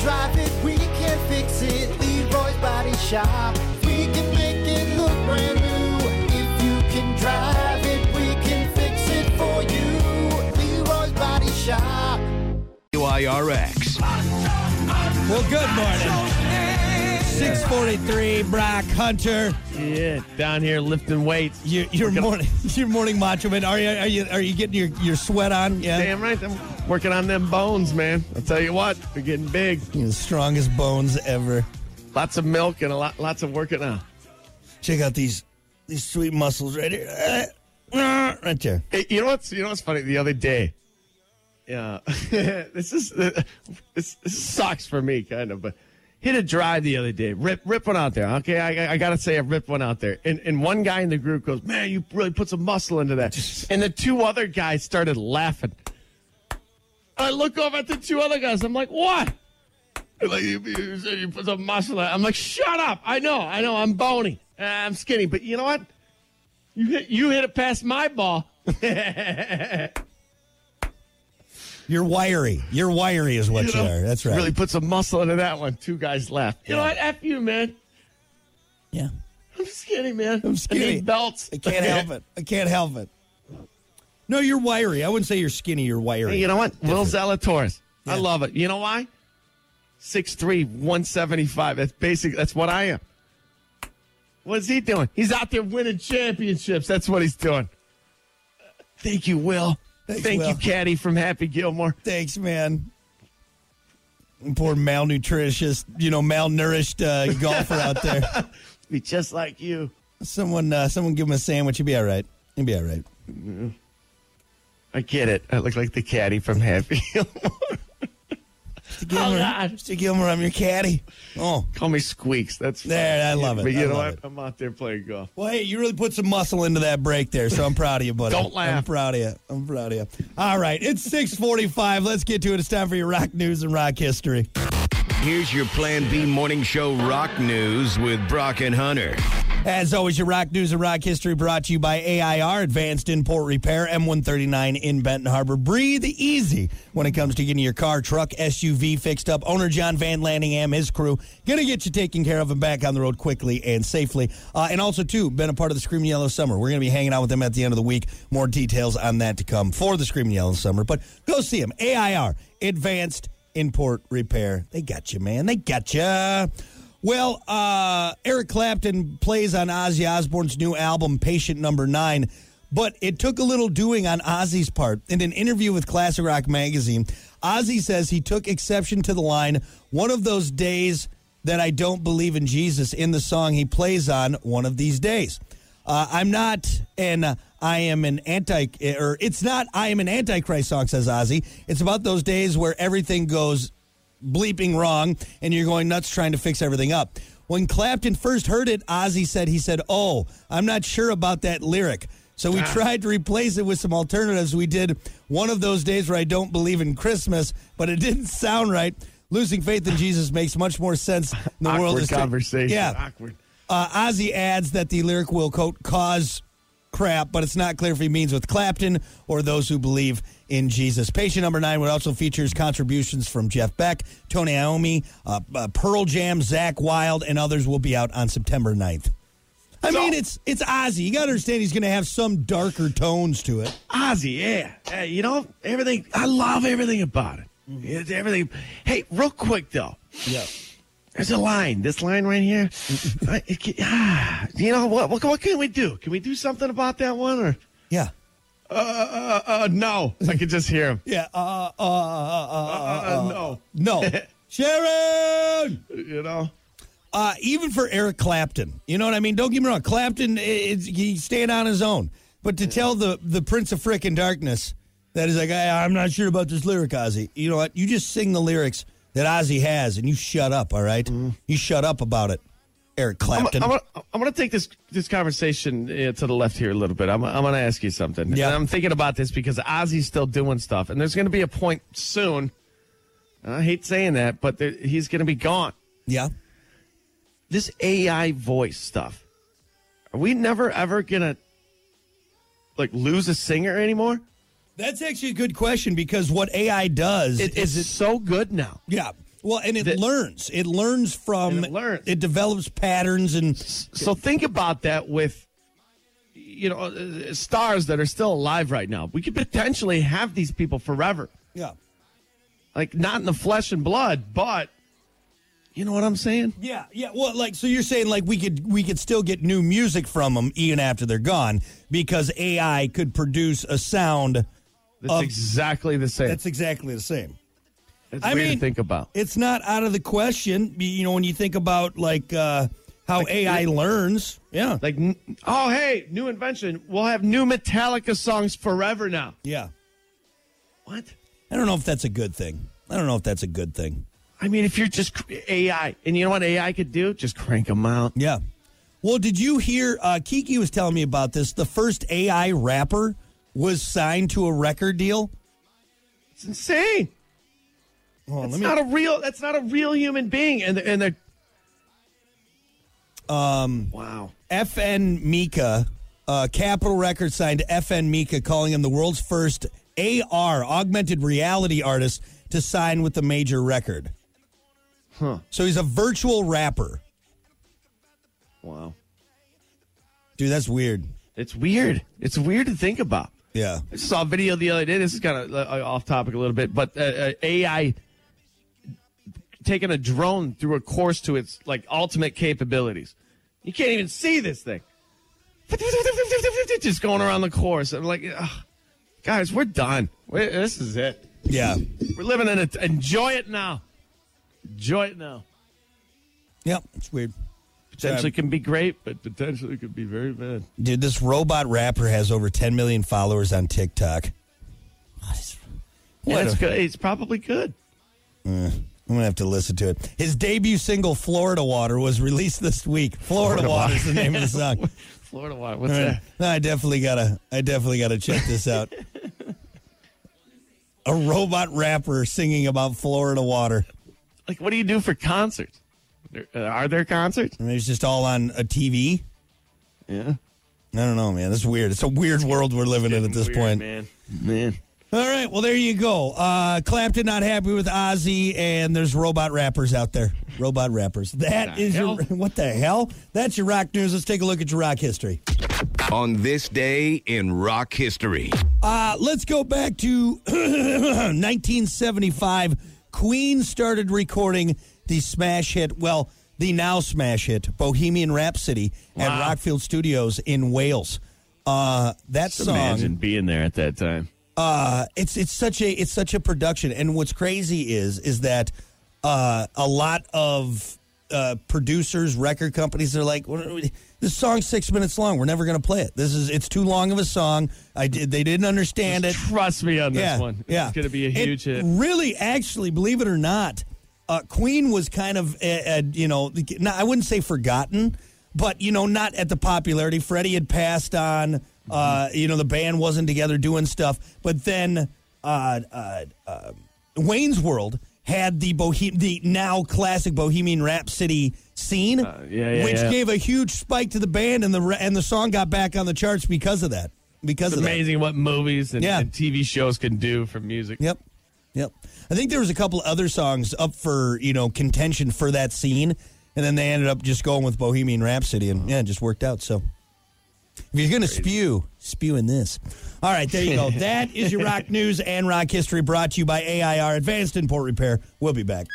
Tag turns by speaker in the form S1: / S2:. S1: drive it, we can fix it. Leroy's Body Shop. We can make it look brand new. If you can drive it, we can fix it for you. Leroy's Body Shop.
S2: WIRX.
S3: Well, good morning. 643, Brock Hunter.
S4: Yeah, down here lifting weights.
S3: Your, your morning your morning macho man. Are you are you are you getting your, your sweat on? Yeah.
S4: Damn right, I'm working on them bones, man. I'll tell you what, they're getting big.
S3: You're the strongest bones ever.
S4: Lots of milk and a lot, lots of working out.
S3: Check out these these sweet muscles right here. Ah, Right there.
S4: Hey, you know what's you know what's funny? The other day, yeah, this is this, this sucks for me kind of, but hit a drive the other day. Rip rip one out there. Okay, I, I- I gotta say I ripped one out there, and and one guy in the group goes, "Man, you really put some muscle into that," and the two other guys started laughing. I look over at the two other guys. I'm like, "What?" They're Like you, you said you put some muscle. in it." I'm like, "Shut up! I know, I know. I'm bony. Uh, I'm skinny, but you know what?" You hit, you hit it past my ball.
S3: You're wiry. You're wiry is what you,
S4: You know,
S3: are. That's right.
S4: Really put some muscle into that one. Two guys left. You know what? F you, man.
S3: yeah.
S4: I'm skinny, man.
S3: I'm skinny.
S4: I need belts.
S3: I can't help it. I can't help it. No, you're wiry. I wouldn't say you're skinny, you're wiry.
S4: Hey, you know what? Will Zalatoris. I love it. You know why? 6'3", 175. That's basic. That's what I am. What's he doing? He's out there winning championships. That's what he's doing. Thank you, Will.
S3: Thanks,
S4: Thank
S3: Will.
S4: you, Caddy from Happy Gilmore.
S3: Thanks, man. Poor malnutritious, you know, malnourished uh, golfer out there.
S4: Be just like you.
S3: Someone, uh, someone, give him a sandwich. He'll be all right. He'll be all right.
S4: I get it. I look like the caddy from Happy Gilmore.
S3: Mr. Gilmer,
S4: Oh, God.
S3: Mr. Gilmer, I'm your caddy. Oh,
S4: Call me Squeaks. That's fine.
S3: There, I love it.
S4: But you
S3: I
S4: know
S3: love
S4: what?
S3: it.
S4: I'm out there playing golf.
S3: well, hey, you really put some muscle into that break there, so I'm proud of you, buddy.
S4: Don't laugh.
S3: I'm proud of you. I'm proud of you. All right, it's 6:45. Let's get to it. It's time for your rock news and rock history.
S2: Here's your Plan B morning show rock news with Brock and Hunter.
S3: As always, your rock news and rock history brought to you by AIR, Advanced Import Repair, M139 in Benton Harbor. Breathe easy when it comes to getting your car, truck, SUV fixed up. Owner John Van Lanningham, his crew, going to get you taken care of and back on the road quickly and safely. Uh, and also, too, been a part of the Screaming Yellow Summer. We're going to be hanging out with them at the end of the week. More details on that to come for the Screaming Yellow Summer. But go see them. AIR, Advanced Import Repair. They got you, man. They got you. Well, uh, Eric Clapton plays on Ozzy Osbourne's new album, Patient Number Nine, but it took a little doing on Ozzy's part. In an interview with Classic Rock magazine, Ozzy says he took exception to the line, one of those days that I don't believe in Jesus, in the song he plays on One of These Days. Uh, I'm not an uh, I am an anti or it's not I am an antichrist song says Ozzy. It's about those days where everything goes bleeping wrong and you're going nuts trying to fix everything up. When Clapton first heard it, Ozzy said he said, "Oh, I'm not sure about that lyric." So
S4: Ah.
S3: we tried to replace it with some alternatives. We did one of those days where I don't believe in Christmas, but it didn't sound right. Losing faith in Jesus makes much more sense. than The world
S4: Awkward
S3: is
S4: conversation. Ah,
S3: Yeah,
S4: Awkward.
S3: uh, Ozzy adds that the lyric will quote cause crap, but it's not clear if he means with Clapton or those who believe in Jesus. Patient number nine would also features contributions from Jeff Beck, Tony Iommi, uh, uh, Pearl Jam, Zach Wild, and others will be out on September 9th. I mean, it's it's Ozzy. You got to understand he's going to have some darker tones to it.
S4: Ozzy, yeah. Hey, you know, everything. I love everything about it.
S3: Mm-hmm.
S4: It's everything. Hey, real quick, though.
S3: Yeah.
S4: There's a line. This line right here. I- it can- ah, you know what, what? What can we do? Can we do something about that one? Or
S3: Yeah.
S4: uh, uh, uh, uh, no? I can just hear him.
S3: Yeah. Uh, uh, uh, uh, uh.
S4: Uh, no.
S3: No. Sharon!
S4: You know.
S3: uh, even for Eric Clapton. You know what I mean? Don't get me wrong. Clapton, i- is, he's staying on his own. But to tell the, the Prince of Frickin' Darkness that is like, I, I'm not sure about this lyric, Ozzy. You know what? You just sing the lyrics that Ozzy has and you shut up, all right? You shut up about it, Eric Clapton.
S4: Mm-hmm. I'm gonna, I'm gonna take this this conversation uh, to the left here a little bit. I'm, I'm gonna ask you something.
S3: Yeah.
S4: And I'm thinking about this because Ozzy's still doing stuff, and there's gonna be a point soon. and I hate saying that, but there, he's gonna be gone.
S3: yeah.
S4: This AI voice stuff. Are we never ever gonna like lose a singer anymore?
S3: That's actually a good question because what AI does
S4: It,
S3: is
S4: it's so good now.
S3: Yeah. Well, and it
S4: That-
S3: learns. It learns from.
S4: And it learns.
S3: It develops patterns and
S4: So think about that with you know uh, stars that are still alive right now. We could potentially have these people forever.
S3: yeah,
S4: Like not in the flesh and blood, but you know what I'm saying?
S3: yeah, yeah. Well, like so, you're saying like we could we could still get new music from them even after they're gone because AI could produce a sound
S4: That's
S3: Of-
S4: exactly the same.
S3: that's exactly the same.
S4: That's
S3: I
S4: weird
S3: mean-
S4: to think about.
S3: It's not out of the question. You know, when you think about like uh, how AI learns, yeah,
S4: Like n- oh hey, new invention. We'll have new Metallica songs forever now.
S3: yeah.
S4: What?
S3: I don't know if that's a good thing. I don't know if that's a good thing.
S4: I mean, if you're just cr- AI, and you know what AI could do? Just crank them out.
S3: Yeah. Well, did you hear? Uh, Kiki was telling me about this. The first AI rapper was signed to a record deal.
S4: It's insane.
S3: Hold on,
S4: It's not a real. That's not a real human being. And the, and the um. Wow.
S3: FN Mika, uh, Capitol Records signed FN Mika, calling him the world's first AR, augmented reality artist, to sign with the major record.
S4: Huh.
S3: So he's a virtual rapper.
S4: Wow.
S3: Dude, that's weird.
S4: It's weird. It's weird to think about.
S3: Yeah.
S4: I saw a video the other day. This is kind of uh, off topic a little bit, but uh, uh, AI taking a drone through a course to its like ultimate capabilities. You can't even see this thing. Just going around the course. I'm like, ugh, guys, we're done. we this is it.
S3: Yeah.
S4: We're living in it. Enjoy it now. Enjoy it now.
S3: Yep. It's weird.
S4: Potentially can be great, but potentially could be very bad.
S3: Dude, this robot rapper has over 10 million followers on TikTok. What is-
S4: Yeah,
S3: What
S4: it's
S3: a-
S4: good. It's probably good.
S3: I'm gonna have to listen to it. His debut single, "Florida Water," was released this week. Florida, Water is the name of the song.
S4: Florida water. What's
S3: Uh,
S4: that?
S3: I definitely gotta. I definitely gotta check this out. A robot rapper singing about Florida water,
S4: Like, what do you do for concerts? There- uh, Are there concerts?
S3: and it's just all on a TV.
S4: Yeah.
S3: I don't know, man. This is weird. It's a weird world we're living in at this
S4: Weird,
S3: point.
S4: man. Man.
S3: All right, well there you go. Uh, Clapton not happy with Ozzy, and there's robot rappers out there. Robot rappers. That
S4: The
S3: is
S4: hell?
S3: your what the hell? That's your rock news. Let's take a look at your rock history.
S2: On this day in rock history.
S3: Uh, let's go back to 1975. Queen started recording the smash hit, well, the now smash hit, Bohemian Rhapsody,
S4: Wow.
S3: at Rockfield Studios in Wales. Uh, that
S4: Just
S3: song,
S4: imagine being there at that time.
S3: uh, it's it's such a it's such a production. And what's crazy is is that uh, a lot of uh, producers, record companies, they're like, "What are we- "This song's six minutes long. We're never going to play it. This is it's too long of a song. I did they didn't understand it."
S4: Trust me on this one.
S3: Yeah.
S4: It's going to be a
S3: It
S4: huge hit.
S3: Really, actually, believe it or not, uh, Queen was kind of, uh, uh, you know, the- not, I wouldn't say forgotten, but, you know, not at the popularity. Freddie had passed on. Uh,
S4: Mm-hmm.
S3: you know, the band wasn't together doing stuff. But then uh, uh, uh, Wayne's World had the Bohem- the now classic Bohemian Rhapsody scene,
S4: Uh, yeah, yeah,
S3: which
S4: yeah.
S3: gave a huge spike to the band, and the re- and the song got back on the charts because of that. Because
S4: It's
S3: of that.
S4: amazing what movies and,
S3: Yeah.
S4: and TV shows can do for music.
S3: Yep. Yep. I think there was a couple other songs up for, you know, contention for that scene, and then they ended up just going with Bohemian Rhapsody and yeah, it just worked out. So if you're going to spew, spew in this. All right, there you go. that is your rock news and rock history brought to you by AIR Advanced Import Repair. We'll be back.